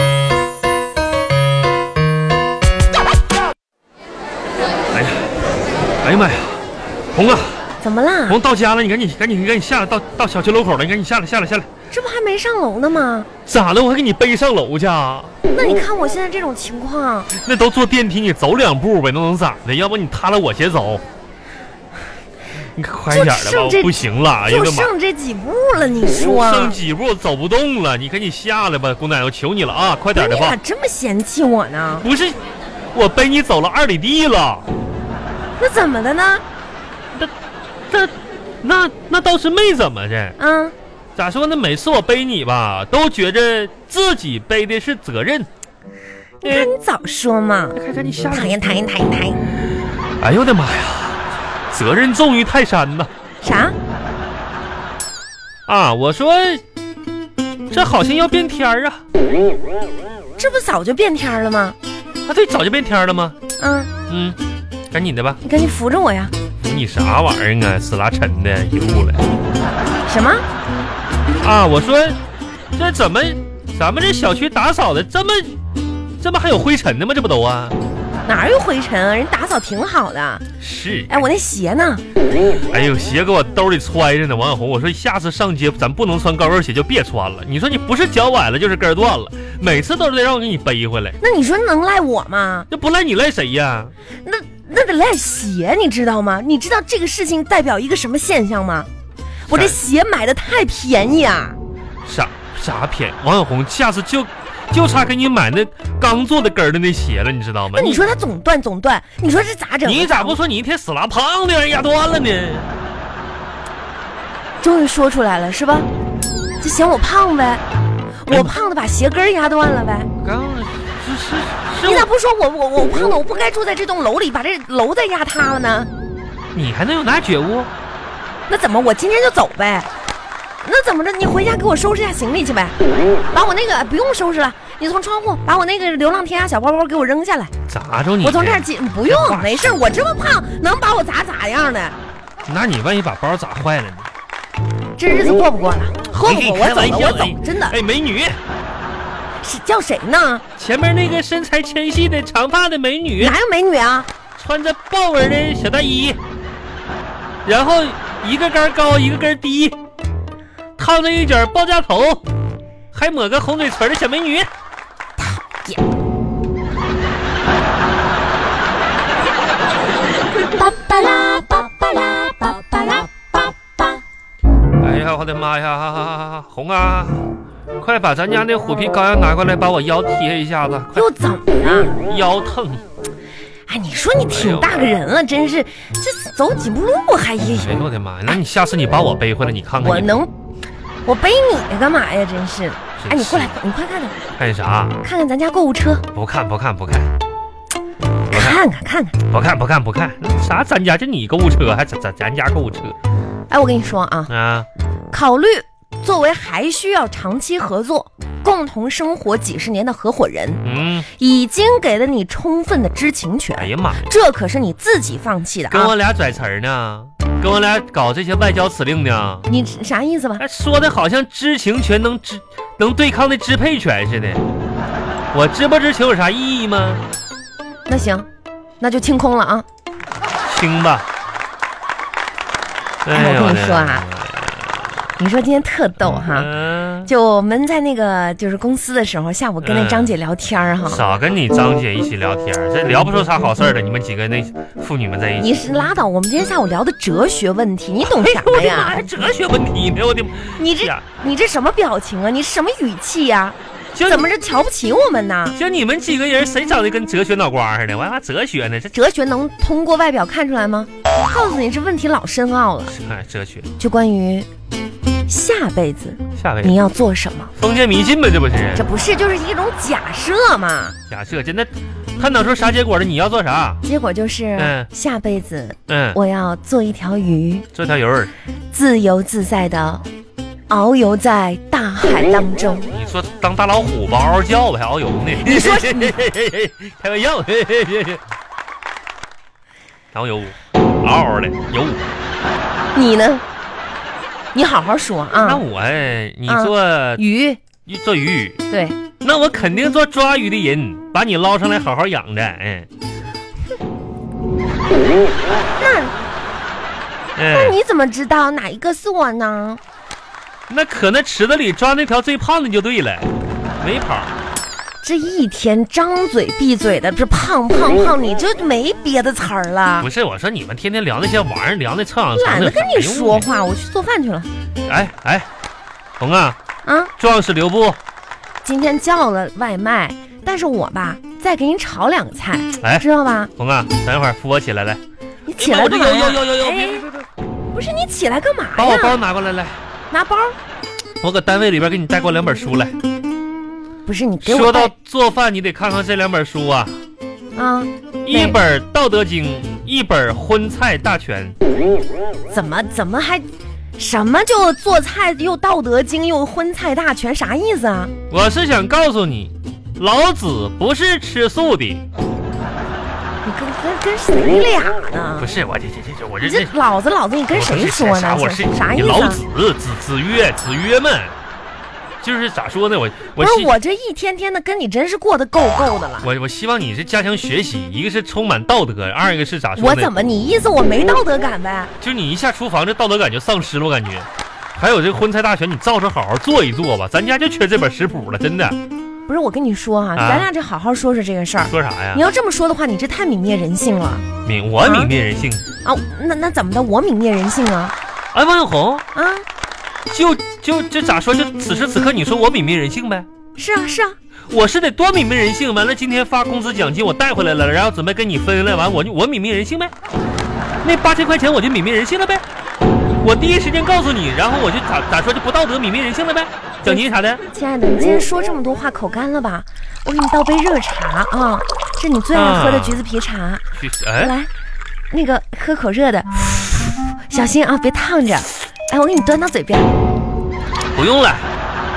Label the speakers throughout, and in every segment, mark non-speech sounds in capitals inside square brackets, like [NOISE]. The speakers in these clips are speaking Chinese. Speaker 1: 哎
Speaker 2: 怎么啦？
Speaker 1: 萌啊到家了，你赶紧赶紧赶紧下来，到到小区楼口了，你赶紧下来下来下来。
Speaker 2: 这不还没上楼呢吗？
Speaker 1: 咋的？我还给你背上楼去？啊？
Speaker 2: 那你看我现在这种情况，
Speaker 1: 那都坐电梯，你走两步呗，那能咋的？要不你踏着我鞋走。你快点儿的吧，
Speaker 2: 就剩这
Speaker 1: 我不行了，哎呀
Speaker 2: 就
Speaker 1: 我的妈！
Speaker 2: 剩这几步了，你说
Speaker 1: 剩几步走不动了，你赶紧下来吧，姑奶奶，我求你了啊，快点儿
Speaker 2: 你
Speaker 1: 的吧
Speaker 2: 咋！这么嫌弃我呢？
Speaker 1: 不是，我背你走了二里地了。
Speaker 2: 那怎么的呢？
Speaker 1: 这，那那倒是没怎么的。
Speaker 2: 啊，
Speaker 1: 咋说呢？每次我背你吧，都觉着自己背的是责任。
Speaker 2: 你看你早说嘛！
Speaker 1: 看看你下
Speaker 2: 讨厌讨厌讨厌讨厌！
Speaker 1: 哎呦我的妈呀！责任重于泰山呐！
Speaker 2: 啥？
Speaker 1: 啊，我说，这好像要变天儿啊！
Speaker 2: 这不早就变天儿了吗？
Speaker 1: 啊，对，早就变天儿了吗？
Speaker 2: 啊，
Speaker 1: 嗯，赶紧的吧。
Speaker 2: 你赶紧扶着我呀！
Speaker 1: 你啥玩意儿啊？死拉沉的，一路了。
Speaker 2: 什么？
Speaker 1: 啊，我说，这怎么，咱们这小区打扫的这么，这么还有灰尘呢吗？这不都啊？
Speaker 2: 哪儿有灰尘啊？人打扫挺好的。
Speaker 1: 是。
Speaker 2: 哎，我那鞋呢？
Speaker 1: 哎呦，鞋给我兜里揣着呢，王小红。我说下次上街咱不能穿高跟鞋，就别穿了。你说你不是脚崴了就是跟儿断了，每次都得让我给你背回来，
Speaker 2: 那你说能赖我吗？
Speaker 1: 那不赖你赖谁呀？
Speaker 2: 那那得赖鞋，你知道吗？你知道这个事情代表一个什么现象吗？我这
Speaker 1: 哎
Speaker 2: 鞋买的太便宜啊！
Speaker 1: 啥啥便宜？王小红，下次就就差给你买那刚做的跟儿的那鞋了，你知道吗？
Speaker 2: 那你说它总断总断，你说这咋整？
Speaker 1: 你咋不说你一天死拉胖的让人压断了呢？
Speaker 2: 终于说出来了是吧？就嫌我胖呗，
Speaker 1: 哎
Speaker 2: 我胖的把鞋跟儿压断了呗。
Speaker 1: 刚是是
Speaker 2: 你
Speaker 1: 是
Speaker 2: 咋
Speaker 1: 我，
Speaker 2: 不说我我我胖的我不该住在这栋楼里，把这楼再压塌了呢？
Speaker 1: 你还能有哪觉悟？
Speaker 2: 那怎么我今天就走呗？那怎么着？你回家给我收拾一下行李去呗，把我那个哎不用收拾了，你从窗户把我那个流浪天涯小包包给我扔下来，
Speaker 1: 咋着你？
Speaker 2: 我从这儿进。不用
Speaker 1: 话，
Speaker 2: 没事儿，我这么胖，能把我砸咋样呢？
Speaker 1: 那你万一把包砸坏了呢？
Speaker 2: 这日子过不过了？过不
Speaker 1: 哎你
Speaker 2: 过？我
Speaker 1: 开
Speaker 2: 走
Speaker 1: 玩
Speaker 2: 了，
Speaker 1: 笑
Speaker 2: 我走
Speaker 1: 哎，
Speaker 2: 真的
Speaker 1: 哎，美女，
Speaker 2: 是叫谁呢？
Speaker 1: 前面那个身材纤细的长发的美女，
Speaker 2: 哪有美女啊？
Speaker 1: 穿着豹纹的小大衣，然后一个杆高一个杆低，烫着一卷爆炸头，还抹个红嘴唇的小美女。
Speaker 3: Pa pa la pa pa la pa pa la pa pa.
Speaker 1: 哎呀，我的妈呀！哈哈哈哈红啊，快把咱家那虎皮膏药拿过来，把我腰贴一下子，快
Speaker 2: 又怎么了？
Speaker 1: 腰疼。
Speaker 2: 哎，你说你挺大个人了，真是，这走几步路还一，
Speaker 1: 哎呦我的妈呀！那你下次你把我背回来，你看看
Speaker 2: 我
Speaker 1: 你
Speaker 2: 能，我背你干嘛呀？真是，哎，你过来，你快看看，
Speaker 1: 干啥？
Speaker 2: 看看咱家购物车，
Speaker 1: 不看不看不看不看
Speaker 2: 看看看看。
Speaker 1: 不看不看不看，啥咱家就你购物车，还咱咱咱家购物车
Speaker 2: 哎，我跟你说啊，
Speaker 1: 啊？
Speaker 2: 考虑作为还需要长期合作、共同生活几十年的合伙人，
Speaker 1: 嗯，
Speaker 2: 已经给了你充分的知情
Speaker 1: 哎
Speaker 2: 权，
Speaker 1: 呀妈呀！
Speaker 2: 这可是你自己放弃的
Speaker 1: 跟
Speaker 2: 啊！
Speaker 1: 我俩拽词儿呢，跟我俩搞这些外交辞令呢，
Speaker 2: 你啥意思吧？
Speaker 1: 还说的好像知情权能支能对抗的支配权似的。我知不知情有啥意义吗？
Speaker 2: 那行，那就清空了啊！
Speaker 1: 轻吧。
Speaker 2: 哎我跟你
Speaker 1: 的
Speaker 2: 说啊你说今天特逗哈。
Speaker 1: 哎嗯，
Speaker 2: 就我们在那个就是公司的时候，下午跟那张姐聊天儿哈，
Speaker 1: 少跟你张姐一起聊天儿，这聊不出啥好事儿的。你们几个那妇女们在一起，
Speaker 2: 你是拉倒。我们今天下午聊的哲学问题，你懂
Speaker 1: [LAUGHS] 哎
Speaker 2: 啥
Speaker 1: 呦我的妈
Speaker 2: 呀
Speaker 1: 呀，？哲学问题呢！我的妈
Speaker 2: 你这
Speaker 1: 呀
Speaker 2: 你这什么表情啊？你什么语气呀、
Speaker 1: 就
Speaker 2: 怎么着瞧不起我们呢？
Speaker 1: 就你们几个人，谁长得跟哲学脑瓜似的？我还哲学呢，这
Speaker 2: 哲学能通过外表看出来吗？我告诉你，这问题老深奥了。
Speaker 1: 哎哲学。
Speaker 2: 就关于下辈子
Speaker 1: 下回
Speaker 2: 你要做什么，
Speaker 1: 封建迷信呗，这不是？
Speaker 2: 这不是就是一种假设嘛？
Speaker 1: 假设真的探讨出啥结果了，你要做啥？
Speaker 2: 结果就是、
Speaker 1: 嗯
Speaker 2: 下辈子
Speaker 1: 嗯，
Speaker 2: 我要做一条鱼，
Speaker 1: 做条鱼儿，
Speaker 2: 自由自在的遨游在大海当中。
Speaker 1: 你说当大老虎吧，嗷嗷叫吧，还遨游呢？[LAUGHS]
Speaker 2: 你说
Speaker 1: 开玩笑， [LAUGHS] 嘿嘿嘿嘿当游，嗷嗷的游。
Speaker 2: 你呢？你好好说
Speaker 1: 那
Speaker 2: 啊。
Speaker 1: 我呃你
Speaker 2: 啊
Speaker 1: 做
Speaker 2: 鱼，
Speaker 1: 你做鱼，
Speaker 2: 对，
Speaker 1: 那我肯定做抓鱼的人，把你捞上来好好哎养着。嗯，
Speaker 2: 那那
Speaker 1: 嗯，
Speaker 2: 你怎么知道哪一个是我呢？
Speaker 1: 那可那池子里抓那条最胖的就对了，没跑。
Speaker 2: 这一天张嘴闭嘴的，这胖胖胖，你就没别的词儿了
Speaker 1: 不。是，我说你们天天聊那些玩意儿，聊那臭氧层
Speaker 2: 懒
Speaker 1: 的，
Speaker 2: 得跟你说
Speaker 1: 没
Speaker 2: 话，我去做饭去了
Speaker 1: 用。哎哎，红啊，
Speaker 2: 啊！
Speaker 1: 壮士留步。
Speaker 2: 今天叫了外卖，但是我吧再给你炒两个菜，
Speaker 1: 哎
Speaker 2: 知道吧？
Speaker 1: 红啊，等一会儿扶我起来来。
Speaker 2: 你起来
Speaker 1: 我
Speaker 2: 干
Speaker 1: 这有
Speaker 2: 嘛
Speaker 1: 有
Speaker 2: 呀？
Speaker 1: 有有有，
Speaker 2: 哎
Speaker 1: 别别别别，
Speaker 2: 不是你起来干嘛
Speaker 1: 把我包
Speaker 2: 呀？
Speaker 1: 拿过来来，
Speaker 2: 拿包？
Speaker 1: 我搁单位里边给你带过两本书来。
Speaker 2: 不是你给我
Speaker 1: 说到
Speaker 2: 带
Speaker 1: 做饭，你得看看这两本书啊，
Speaker 2: 啊？
Speaker 1: 一本《道德经》，一本《荤菜大全》。
Speaker 2: 怎么怎么还什么就做菜又道德经又荤菜大全啥意思啊？
Speaker 1: 我是想告诉你，老子不是吃素的。
Speaker 2: 你跟跟跟谁俩呢
Speaker 1: 不？是我这这这这我
Speaker 2: 你
Speaker 1: 这
Speaker 2: 这
Speaker 1: 这。
Speaker 2: 老子老子，你跟谁说
Speaker 1: 啥
Speaker 2: 呢？
Speaker 1: 我是
Speaker 2: 这啥意
Speaker 1: 你
Speaker 2: 思
Speaker 1: 老
Speaker 2: 啊？
Speaker 1: 子子子曰子曰嘛，就是咋说呢？我
Speaker 2: 不
Speaker 1: 我
Speaker 2: 是
Speaker 1: 希
Speaker 2: 我这一天天的跟你真是过得够够的了。
Speaker 1: 我我希望你是加强学习，一个是充满道德，二一个是咋说呢？
Speaker 2: 我怎么你意思我没道德感呗？
Speaker 1: 就你一下厨房，这道德感就丧失了，我感觉。还有这个荤菜大全，你照着好好做一做吧，咱家就缺这本食谱了，真的。
Speaker 2: 不是我跟你说啊，
Speaker 1: 啊
Speaker 2: 咱俩这好好说说这个事儿。
Speaker 1: 说啥呀
Speaker 2: 你？要这么说的话，你这太泯灭人性了
Speaker 1: 泯我泯灭人性。
Speaker 2: 啊！那那怎么的？我泯灭人性啊
Speaker 1: 哎，王小红，
Speaker 2: 啊！
Speaker 1: 就就这咋说？就此时此刻，你说我泯灭人性呗？
Speaker 2: 是啊是啊，
Speaker 1: 我是得多泯灭人性。完了，今天发工资奖金我带回来了，然后准备跟你分了，完我就我泯灭人性呗。那八千块钱我就泯灭人性了呗。我第一时间告诉你，然后我就咋咋说就不道德泯灭人性了呗。奖金啥的，
Speaker 2: 亲爱的，你今天说这么多话，口干了吧？我给你倒杯热茶啊，这你最爱喝的橘子皮茶，
Speaker 1: 去哎，
Speaker 2: 来，那个喝口热的，小心啊，别烫着。哎，我给你端到嘴边。
Speaker 1: 不用了。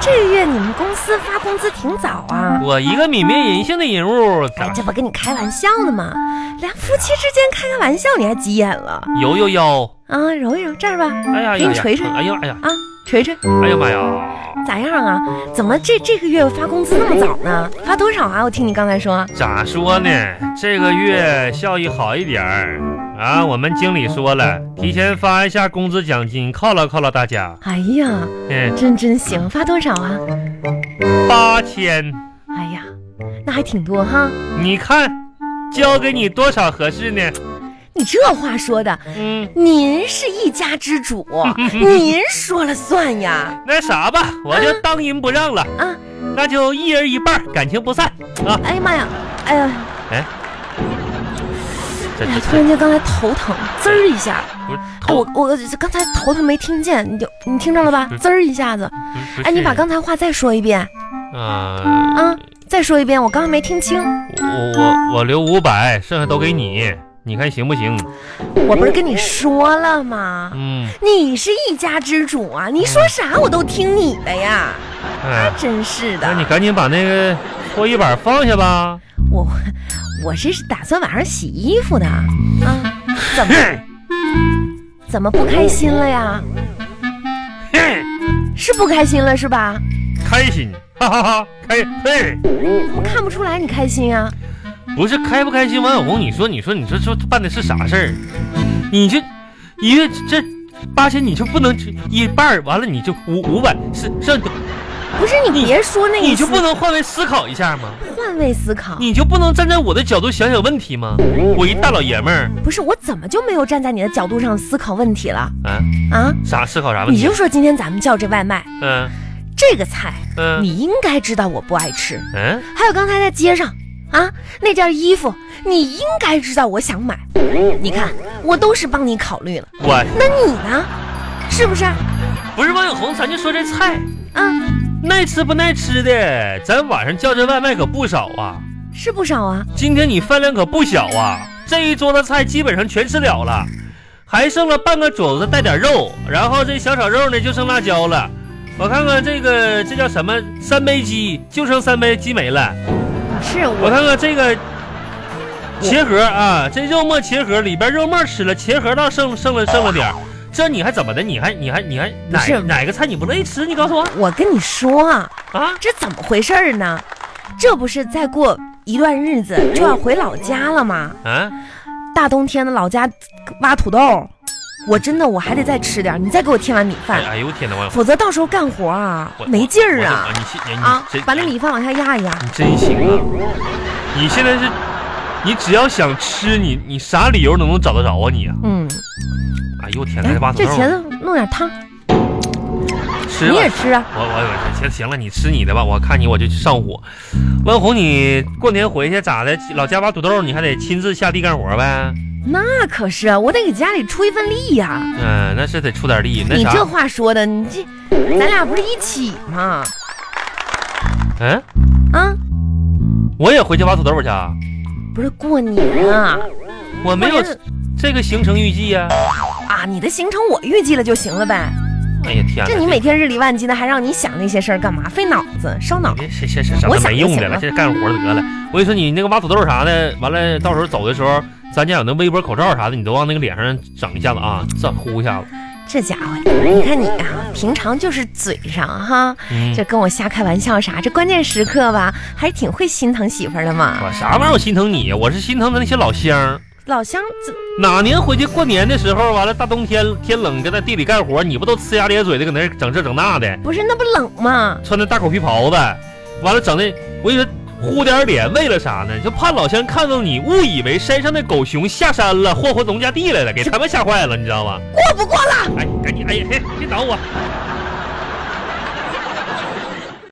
Speaker 2: 这个月你们公司发工资挺早啊。
Speaker 1: 我一个泯灭人性的人物，
Speaker 2: 哎
Speaker 1: 咋，
Speaker 2: 这不跟你开玩笑呢吗？俩夫妻之间开开玩笑，你还急眼了
Speaker 1: 揉揉腰？
Speaker 2: 啊？揉一揉这儿吧，
Speaker 1: 哎呀
Speaker 2: 给
Speaker 1: 呀
Speaker 2: 你
Speaker 1: 呀！
Speaker 2: 捶捶
Speaker 1: 哎呀哎呀！
Speaker 2: 啊，捶捶，
Speaker 1: 哎呀妈呀！
Speaker 2: 咋样啊？怎么这这个月发工资那么早呢？发多少啊？我听你刚才说，
Speaker 1: 咋说呢？这个月效益好一点儿啊！我们经理说了，提前发一下工资奖金，犒劳犒劳大家。
Speaker 2: 哎呀，
Speaker 1: 嗯，
Speaker 2: 真真行，发多少啊？
Speaker 1: 八千，
Speaker 2: 哎呀，那还挺多哈。
Speaker 1: 你看，交给你多少合适呢？
Speaker 2: 你这话说的，
Speaker 1: 嗯，
Speaker 2: 您是一家之主，您说了算呀。
Speaker 1: 那啥吧，我就当仁不让了，
Speaker 2: 啊，
Speaker 1: 那就一人一半儿，感情不散啊！
Speaker 2: 哎呀妈呀，哎呀，
Speaker 1: 这
Speaker 2: 哎呀
Speaker 1: 这，
Speaker 2: 突然间刚才头疼，滋儿一下。
Speaker 1: 不是
Speaker 2: 哎，我
Speaker 1: 头，
Speaker 2: 我刚才头疼没听见，你就你听着了吧
Speaker 1: 不？是
Speaker 2: 滋儿一下子。
Speaker 1: 不是
Speaker 2: 哎，你把刚才话再说一遍
Speaker 1: 啊，
Speaker 2: 啊，再说一遍，我刚刚没听清。
Speaker 1: 呃我我我留五百，剩下都给你，你看行不行？
Speaker 2: 我不是跟你说了吗？
Speaker 1: 嗯，
Speaker 2: 你是一家之主啊，你说啥我都听你的呀，
Speaker 1: 哎，
Speaker 2: 真是的
Speaker 1: 那。你赶紧把那个搓衣板放下吧。
Speaker 2: 我我是打算晚上洗衣服的啊，怎么怎么不开心了呀？是不开心了是吧？
Speaker 1: 开心，哈哈哈，开嘿。
Speaker 2: 我看不出来你开心啊。
Speaker 1: 不是开不开心，王小红，你说你说你说说办的是啥事儿？你这一月这八千，你就不能只一半儿完了你就五五百是是，
Speaker 2: 不是你别说那个
Speaker 1: 你就
Speaker 2: 思
Speaker 1: 不能换位思考一下吗？
Speaker 2: 换位思考？
Speaker 1: 你就不能站在我的角度想想问题吗？我一大老爷们儿
Speaker 2: 不是我怎么就没有站在你的角度上思考问题了
Speaker 1: 啊，
Speaker 2: 啊？
Speaker 1: 啥思考啥问
Speaker 2: 你
Speaker 1: 题
Speaker 2: 就？说今天咱们叫这外卖，
Speaker 1: 嗯
Speaker 2: 这个菜
Speaker 1: 嗯
Speaker 2: 你应该知道我不爱吃。
Speaker 1: 嗯，
Speaker 2: 还有刚才在街上啊那件衣服，你应该知道我想买。你看，我都是帮你考虑了。
Speaker 1: 我
Speaker 2: 那你呢？是不是？
Speaker 1: 不是王小红，咱就说这菜
Speaker 2: 啊，
Speaker 1: 耐吃不耐吃的，咱晚上叫这外卖可不少啊。
Speaker 2: 是不少啊。
Speaker 1: 今天你饭量可不小啊，这一桌子菜基本上全吃了了，还剩了半个肘子带点肉，然后这小炒肉呢就剩辣椒了。我看看这个这叫什么三杯鸡，就剩三杯鸡没了。
Speaker 2: 是
Speaker 1: 我
Speaker 2: 我，
Speaker 1: 看看这个茄盒啊，这肉末茄盒里边肉末吃了，茄盒倒剩剩了剩了点儿这你还怎么的？你还你还你还哪
Speaker 2: 是
Speaker 1: 哪个菜你不乐意吃？你告诉我
Speaker 2: 我跟你说啊，
Speaker 1: 啊！
Speaker 2: 这怎么回事儿呢？这不是再过一段日子就要回老家了吗？
Speaker 1: 啊，
Speaker 2: 大冬天的老家挖土豆，我真的我还得再吃点儿，你再给我添碗米
Speaker 1: 哎
Speaker 2: 饭，
Speaker 1: 哎呦我天哪，我
Speaker 2: 否则到时候干活啊
Speaker 1: 我
Speaker 2: 没劲儿啊
Speaker 1: 我我你信你你
Speaker 2: 啊
Speaker 1: 真！
Speaker 2: 把那米饭往下压一压，
Speaker 1: 你真行啊！你现在是，你只要想吃，你你啥理由都能找得着啊你啊！
Speaker 2: 嗯，
Speaker 1: 哎呦我天哪，
Speaker 2: 来
Speaker 1: 这八土
Speaker 2: 这
Speaker 1: 豆
Speaker 2: 茄子弄点汤，
Speaker 1: 吃
Speaker 2: 你
Speaker 1: 吧
Speaker 2: 也，吃啊？
Speaker 1: 我我我行行了，你吃你的吧，我看你我就上火。万红，你过年回去咋的？老家挖土豆，你还得亲自下地干活呗？
Speaker 2: 那可是啊我得给家里出一份力呀、
Speaker 1: 嗯、那是得出点力。那
Speaker 2: 你
Speaker 1: 啥，
Speaker 2: 这话说的，你这咱俩不是一起吗？
Speaker 1: 嗯、
Speaker 2: 啊，
Speaker 1: 我也回去挖土豆去啊，
Speaker 2: 不是过年啊，
Speaker 1: 我没有
Speaker 2: 过年
Speaker 1: 这个行程预计呀、
Speaker 2: 啊，你的行程我预计了就行了呗。
Speaker 1: 哎呀天哪！
Speaker 2: 这你每天日理万机的，还让你想那些事儿干嘛？费脑子，烧脑。
Speaker 1: 这这这
Speaker 2: 我
Speaker 1: 整
Speaker 2: 想啊
Speaker 1: 没
Speaker 2: 就
Speaker 1: 用的
Speaker 2: 行
Speaker 1: 了，
Speaker 2: 了
Speaker 1: 这干活得了。我跟你说，你那个挖土豆啥的，完了到时候走的时候，咱家有那微波口罩啥的，你都往那个脸上整一下子啊，这呼一下子。
Speaker 2: 这家伙，你看你啊，平常就是嘴上哈，
Speaker 1: 嗯，
Speaker 2: 这跟我瞎开玩笑啥，这关键时刻吧，还挺会心疼媳妇儿的嘛。
Speaker 1: 我啥玩意儿？我心疼你，我是心疼的那些老乡。
Speaker 2: 老乡，这
Speaker 1: 哪年回去过年的时候，完了大冬天天冷，搁那地里干活，你不都呲牙咧嘴的搁那儿整这整那的，
Speaker 2: 不是那不冷吗？
Speaker 1: 穿那大口皮袍子，完了整的，我跟你说。呼点脸，为了啥呢？就怕老乡看到你，误以为山上的狗熊下山了，祸回农家地来了，给他们吓坏了，你知道吗？
Speaker 2: 过不过了？
Speaker 1: 哎，赶紧，哎呀，嘿，别挡我！